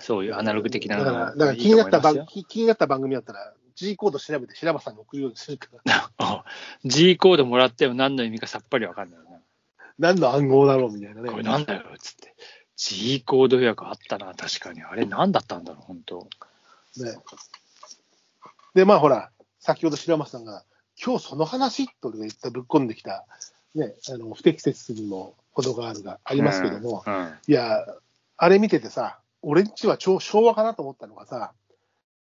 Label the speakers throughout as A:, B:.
A: そういうアナログ的な
B: だ
A: の
B: から、
A: が
B: だから
A: いい
B: 気になった
A: と思
B: 番
A: いますよ
B: 気気になった番組だったら、G コード調べて白羽さんに送るようにするから、
A: あ G コードもらっても何の意味かさっぱりわかんないよね。
B: 何の暗号だろうみたいなね。
A: これなんだよ、つって。G コード予約あったな、確かに。あれ何だったんだろう、本当。
B: ねで、まあほら、先ほど白松さんが、今日その話と俺が言ったぶっ込んできた、ね、あの不適切にも程があるがあ
A: あ
B: りますけども、
A: うん。うん
B: いや、あれ見ててさ、俺んちは超昭和かなと思ったのがさ、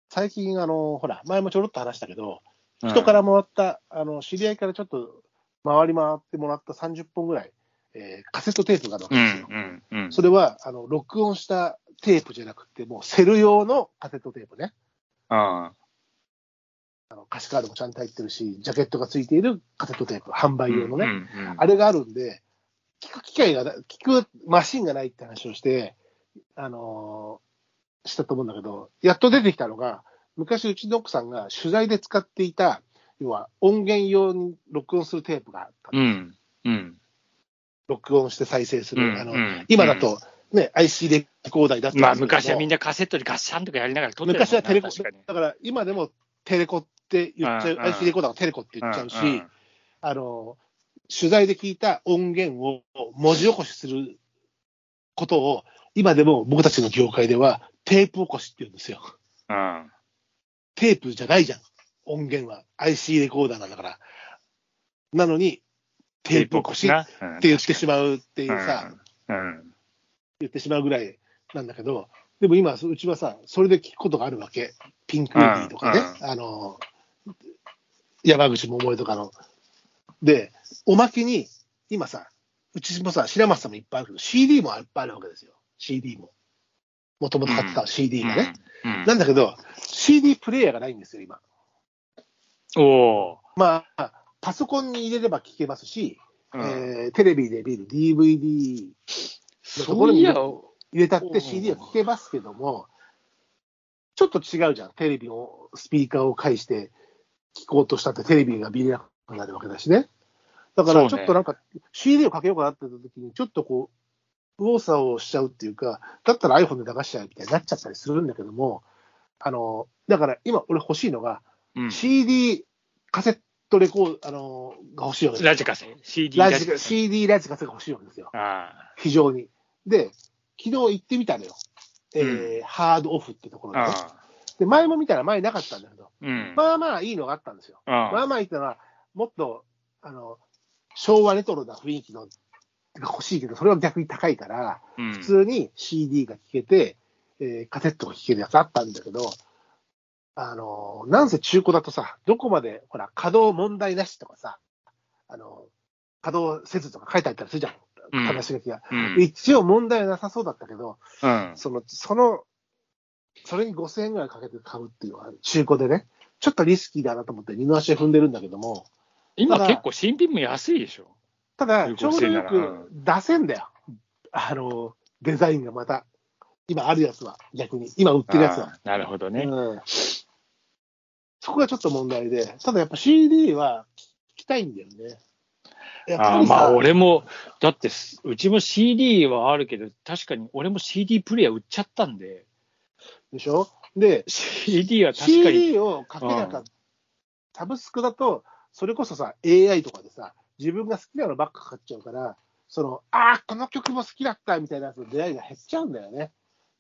B: 最近、あの、ほら、前もちょろっと話したけど、人か。らもらった、あの知り合いからちょっと回り回ってもらった30本ぐらい、えーカセットテープがある
A: う
B: わけ
A: ん
B: ですよ。
A: うんうん。
B: それはあの録音したテープじゃなくて、もうセル用のカセットテープね。
A: あ
B: あの歌詞カードもちゃんと入ってるし、ジャケットが付いているカセットテープ、販
A: あ。
B: 売用のね、
A: うんうんうん
B: あれがあるんで、聞く機会がな、聞くマシンがないって話をして、あのーしたと思うんだけど、やっと出てきたのが、昔うちの奥さんが取材で使っていた、要は音源用に録音するテープがあった
A: う
B: の、
A: ん。うん。
B: 録音して再生する。
A: うん
B: あの
A: うん
B: 今だと、ね、IC レコーダーだったんですけども
A: まあ、昔はみんなカセットでガッシャンとかやりながら撮ってたもんな
B: 昔はテレコ、
A: 確かに
B: だから今でもテレコって言っちゃ
A: う
B: う、
A: んうん
B: IC レコーダーがテレコって言っちゃうし、
A: んん
B: あの、取材で聞いた音源を文字起こしすることを、今でも僕たちの業界ではテープ起こしって言うんですよ。
A: うん
B: テープじゃないじゃん。音源は IC レコーダーなんだから。なのに、テープ起こしっ
A: なうん
B: て言ってしまうっていうさ、
A: うん
B: 言ってしまうぐらいなんだけど、でも今、うちはさ、それで聞くことがあるわけ。ピンク・レディーとかね、
A: う
B: あの、山口百恵とかの。で、おまけに、今さ、うちもさ、白松さんもいっぱいあるけど、CD もいっぱいあるわけですよ。CD も。もともと買ってた CD がね。
A: うん
B: なんだけど、CD プレイヤーがないんですよ、今。
A: うんお
B: まあ、パソコンに入れれば聴けますし、
A: ーうん
B: えーテレビで見る DVD のとこ
A: そ
B: ろ
A: う
B: に
A: い
B: 入
A: や
B: れて、入れたっ
A: おうおう
B: て CD は聴けますけども、ちょっと違うじゃん。テレビを、スピーカーを介して聴こうとしたってテレビが見れなくなるわけだしね。だからち
A: そう
B: ょ
A: ね
B: っとなんか CD をかけようかなって言った時に、ちょっとこう、右往左往しちゃうっていうか、だったら iPhone で流しちゃうみたいになっちゃったりするんだけども、あの、だから今俺欲しいのが、
A: うん
B: CD、カセットレコード、あの、が欲しいわけですよ
A: ラジカセ、CD
B: ラジカ
A: カセ
B: CD ラジカセが欲しいわけですよ。
A: あ
B: 非常に。で、昨日行ってみたのよ。えーハードオフってとこ
A: あ
B: ろで,、ね
A: ああ
B: で、前も見たら前なかったんだけど、
A: うん
B: まあまあいいのがあったんですよ。ま
A: あ
B: あまあいいってのは、もっと、あの、昭和レトロな雰囲気の、が欲しいけど、それは逆に高いから、
A: 普
B: 普通に CD が聴けて、えーカセットが聴けるやつあったんだけど、あのーなんせ中古だとさ、どこまで、ほら、稼働問題なしとかさ、あの稼働せずとか書いてあったりするじゃ
A: うん
B: ん、話がきが。
A: うん
B: 一応問題はなさそうだったけど、
A: うん
B: その、その、それに5000円ぐらいかけて買うっていうのは、中古でね、ちょっとリスキーだなと思って二の足で踏んでるんだけども、
A: 今
B: ただ
A: 結構新品も安いでしょ。
B: ただ、ちょうど
A: 5000な
B: よ
A: ら
B: く出せんだよ。あの、デザインがまた。今あるやつは、逆に。今売ってるやつ
A: あ
B: は。
A: あなるほどね。
B: うん。そこがちょっと問題で。ただやっぱ CD は聞きたいんだよね。やっぱ
A: ああ
B: りさ、
A: まあ俺も、だってすうちも CD はあるけど、確かに俺も CD プレイヤー売っちゃったんで、
B: でしょで、
A: CD は確かに。
B: CD をかけなか
A: う
B: った。サブスクだと、それこそさ、AI とかでさ、自分が好きなのばっかかっちゃうから、その、ああ、この曲も好きだったみたいなやつの出会いが減っちゃうんだよね。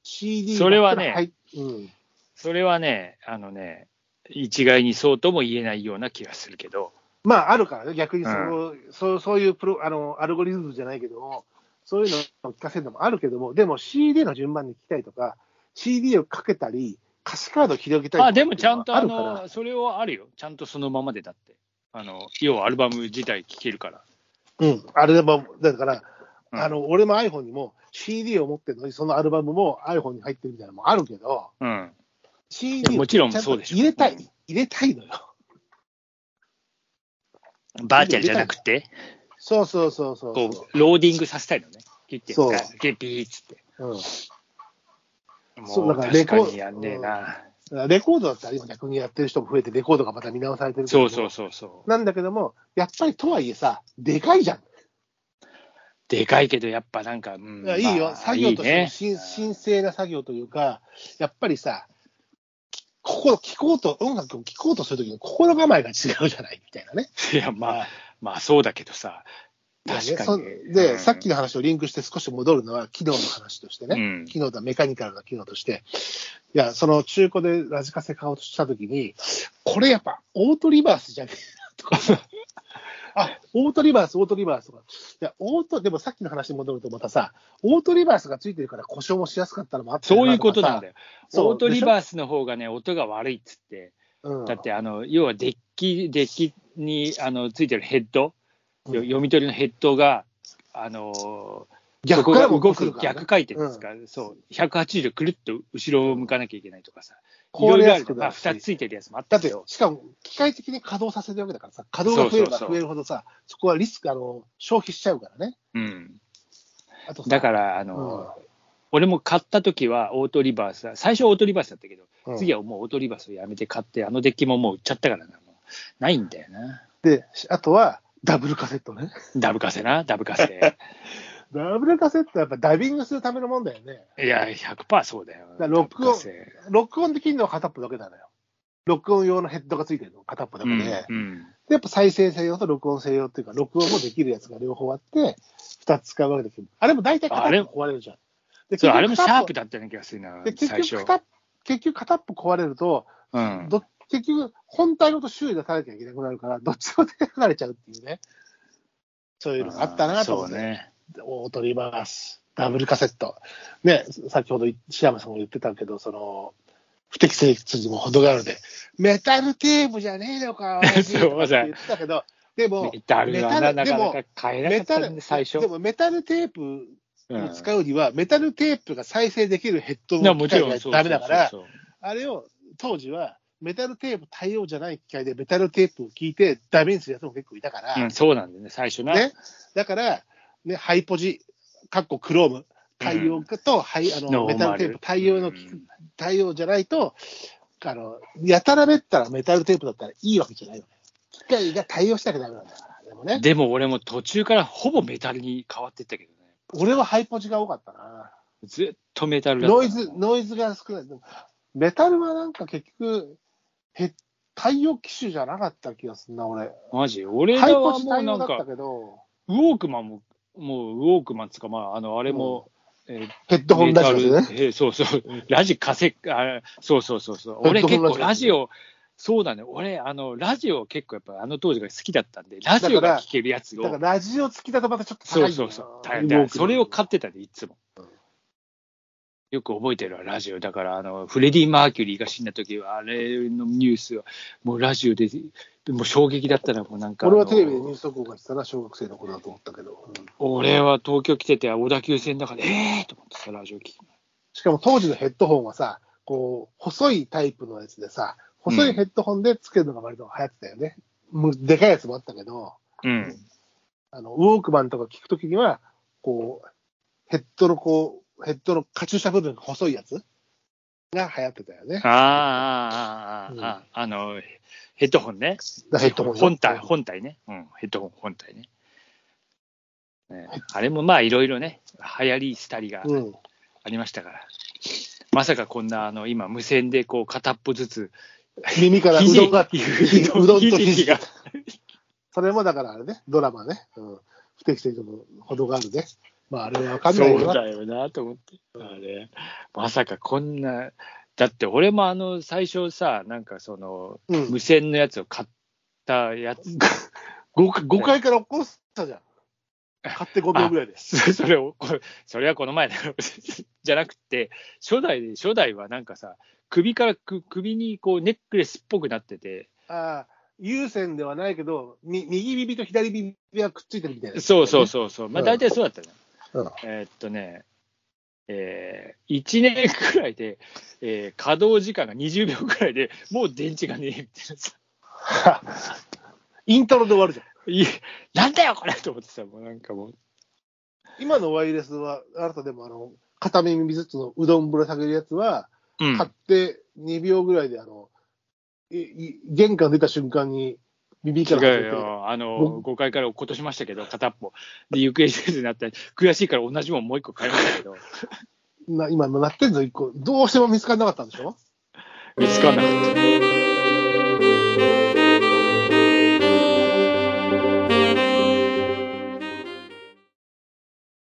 B: CD
A: それはね
B: ばっかり入っうん。
A: それはね、あのね、一概にそうとも言えないような気がするけど、
B: まあ、あるからね、逆にその、そうそういうプロあのアルゴリズムじゃないけども、そういうのを聞かせるのもあるけども、でも CD の順番に聞きたいとか、CD をかけたり、歌詞カードを広げたり
A: あでもちゃんとあ
B: るから
A: の、それはあるよ。ちゃんとそのままでだって。あの、要はアルバム自体聴けるから。
B: うん、あれでも、だから、
A: うん
B: あの俺も iPhone にも CD を持ってるのに、そのアルバムも iPhone に入ってるみたいなのもあるけど、
A: うん。
B: CD
A: もちろんそうでしょ
B: ちゃんと入れたい、
A: うん
B: 入れたいのよ。
A: バーチャルじゃなくて、
B: そうそうそうそうそう。
A: こう、ローディングさせたいのね。切って、
B: そう
A: 切ってピーっつって。
B: うん
A: も
B: そううだからレ
A: 確
B: コ
A: かにやんねえな。
B: だからレコードだったら今逆にやってる人も増えて、レコードがまた見直されてるけど
A: そ
B: も
A: うそうそうそう。
B: なんだけども、やっぱりとはいえさ、でかいじゃん。
A: でかいけど、やっぱなんか、うん
B: いやいいよ、
A: まあ
B: 作業とし
A: いい
B: ても
A: ね
B: し神聖な作業というか、やっぱりさ、き心、聴こうと、音楽を聴こうとするときの心構えが違うじゃないみたいなね。
A: いや、まあ、まあそうだけどさ、確かにね、
B: そで、
A: うん
B: さっきの話をリンクして少し戻るのは、機能の話としてね。
A: うん
B: 機能だ、メカニカルな機能として。いや、その中古でラジカセ買おうとしたときに、これやっぱオートリバースじゃねえな とか。あ、オートリバース、オートリバースとか。いや、オート、でもさっきの話に戻るとまたさ、オートリバースがついてるから故障もしやすかったのもあった
A: そういうことなんだ
B: よ
A: よ。
B: そう
A: オートリバースの方がね、音が悪いっつって、
B: な。うん、
A: だって、あの、要はデッキ、デッキにあのついてるヘッド、よ読み取りのヘッドが、あのー
B: 逆
A: そこ
B: から
A: が
B: も
A: 動
B: 来る
A: く
B: からね
A: 逆回転ですから、そう、180度くるっと後ろを向かなきゃいけないとかさ、い
B: 壊
A: ろい
B: れ
A: ろあ
B: やす
A: る
B: く
A: と、
B: な
A: ま
B: る
A: あ、
B: し
A: 2つついてるやつもあっ
B: だ
A: た
B: っ
A: け
B: て
A: ど、、
B: しかも機械的に稼働させるわけだからさ、稼働が増えれば
A: そうそうそう
B: 増えるほどさ、そこはリスク、あの消費しちゃうからね。
A: うん、
B: あとさ
A: だから、あのー俺も買った時はオートリバースだ、最初はオートリバースだったけど、
B: うん
A: 次はもうオートリバースをやめて買って、あのデッキももう売っちゃったからな、もうないんだよな。
B: で、しあとはダブルカセットね。
A: ダブカセな、ダブカセ。
B: ダブルカセットはやっぱダビングするためのもんだよね。
A: いや、100%そうだよ。
B: だから録音
A: ダブカセ
B: 録音できるのは片っぽだけなのよ。録音用のヘッドがついてるのが片っぽだ
A: う
B: けで、
A: ん
B: で
A: うん
B: やっぱ再生専用と録音専用っていうか、録音もできるやつが両方あって、2つ使うわけだけど、あれも大体片っ
A: あれ
B: ぽ壊れるじゃん。で
A: そうあれもシャー
B: 結
A: プだったような気がするな、
B: 局片っぽ
A: 最
B: で結
A: 初
B: 局。片っ結局片っぽ壊れると、
A: うん、
B: ど結局、本体ごと修理出さなきゃいけなくなるから、どっちも手が離れちゃうっていうね、そういうのがあったなと思って、
A: そうね。
B: オートリバース、ダブルカセット、ね、先ほどシアムさんも言ってたけど、その不適切にも程があるんで、メタルテープじゃねえのか、親 父
A: そう
B: とかって言ってたけど、でも、
A: メタルはな
B: メタ
A: な
B: ル
A: かなか買えな
B: メ
A: か
B: タ
A: った
B: ル
A: ね、最初。
B: でもメタルテープ
A: うん
B: を使うには、メタルテープが再生できるヘッド
A: な
B: の
A: も
B: 機
A: ち
B: 械
A: ろん、
B: が
A: そう
B: ダメだから、
A: そうそう
B: あれを当時はメタルテープ対応じゃない機械でメタルテープを聞いてダメにするやつも結構いたから、
A: そううん、そうなんだよね、最初な。
B: ね、だから、ね、ハイポジ、かっこクローム対応と、ハイあの
A: ノーマ
B: メ
A: ル
B: タルテープ対応の機
A: うん
B: 対応じゃないと、あのやたらめったらメタルテープだったらいいわけじゃないよね。機械が対応しなきゃダメなんだから。でもね、
A: でも俺も途中からほぼメタルに変わってったけどね。
B: 俺はハイポジが多かったな。
A: ずっとメタルだった
B: ノイズ、ノイズが少ない。でもメタルはなんか結局、へ対応機種じゃなかった気がするな、俺。
A: マジ俺
B: ハイ
A: ら
B: ポ
A: は
B: ジ
A: もう
B: 対
A: な
B: 応
A: ん
B: だった
A: か、
B: けど、
A: ウォークマンも、もうウォークマンつか、まあ、あの、あれも、えー
B: ヘッドホンラジオで
A: メ
B: ね。
A: タルえーそうそう、ラジカセ、あそうそうそうそう、
B: ヘッ
A: 俺
B: ドホン
A: 結
B: ラジ
A: 構
B: オ
A: ラジオ、そうだね、俺、あのラジオ結構やっぱあの当時が好きだったんで、ラジオが聴けるやつ
B: だから
A: を、
B: ラジオ付きだとまたちょっと高いん
A: そう
B: だよ
A: そうそう、
B: な
A: 大変だよそれを買
B: 勝
A: ってたね、いつも。よく覚えてるわ、ラジオ。だから、あの、フレディ・マーキュリーが死んだ時は、あれのニュースは、もうラジオで、もう衝撃だったら、もうなんか。
B: 俺はテレビ
A: あ
B: で
A: の
B: ニュース速報がしてたら小学生の頃だと思ったけど、うん
A: 俺は東京来てて、小田急線だから、えーと思ってさ、ラジオ聞き。
B: しかも当時のヘッドホンはさ、こう、細いタイプのやつでさ、細いヘッドホンでつけるのが割と流行ってたよね。むでかいやつもあったけど、
A: うん。
B: あのウォークマンとか聞くときには、こう、ヘッドのこう、ヘッドのカチューシャ部分が細いやつが流行ってたよね
A: あ。あ、あーあー、あーあー、あの、ヘッドホンね。
B: ヘッドホン。
A: 本体、本体ね。うん、ヘッドホン、本体ね。ねあれもまあ、いろいろね、流行り、廃りが
B: うん。
A: ありましたから。まさかこんな、あの、今、無線で、こう、片っぽずつ、
B: 耳からう
A: 肘
B: どんが、
A: うどん
B: うどんと
A: ひじ
B: 肘
A: きが
B: が。それもだからあれね、ドラマね、うん、不適切のほどがあるね。まああれはわかんない
A: そう
B: よな。
A: だよなと思って。あれ、まさかこんな、だって俺もあの、最初さ、なんかその、
B: うん
A: 無線のやつを買ったやつ、
B: 5, 階から起こしたじ ゃん。買って5秒ぐらいです。
A: そ それをこれ、それはこの前だよ じゃなくて、初代で、初代はなんかさ、首からく首にこうネックレスっぽくなってて、
B: ああ、有線ではないけど、み右耳と左耳がくっついてるみたいな。
A: そうそうそうそう、まあ
B: うん
A: 大体そうだったね。
B: うん
A: えーっとね、えー、1年くらいで、えー稼働時間が20秒くらいでもう電池がねえみたいなさ。
B: イントロで終わるじゃん。
A: いやなんだよこれと思ってさ、もうなんかもう、
B: 今のワイヤレスは、あなたでもあの、片耳ずつのうどんぶら下げるやつは、買って2秒ぐらいで、あの、いい玄関出た瞬間に、耳
A: 違
B: から外れ
A: う
B: て
A: よ。あの、
B: 僕
A: 5回から落っことしましたけど、片っぽ。で、行方知れずになったり、悔しいから同じもんもう一個買いましたけど、
B: な今、なってんぞ、一個。どうしても見つからなかったんでしょ
A: 見つかんなかった。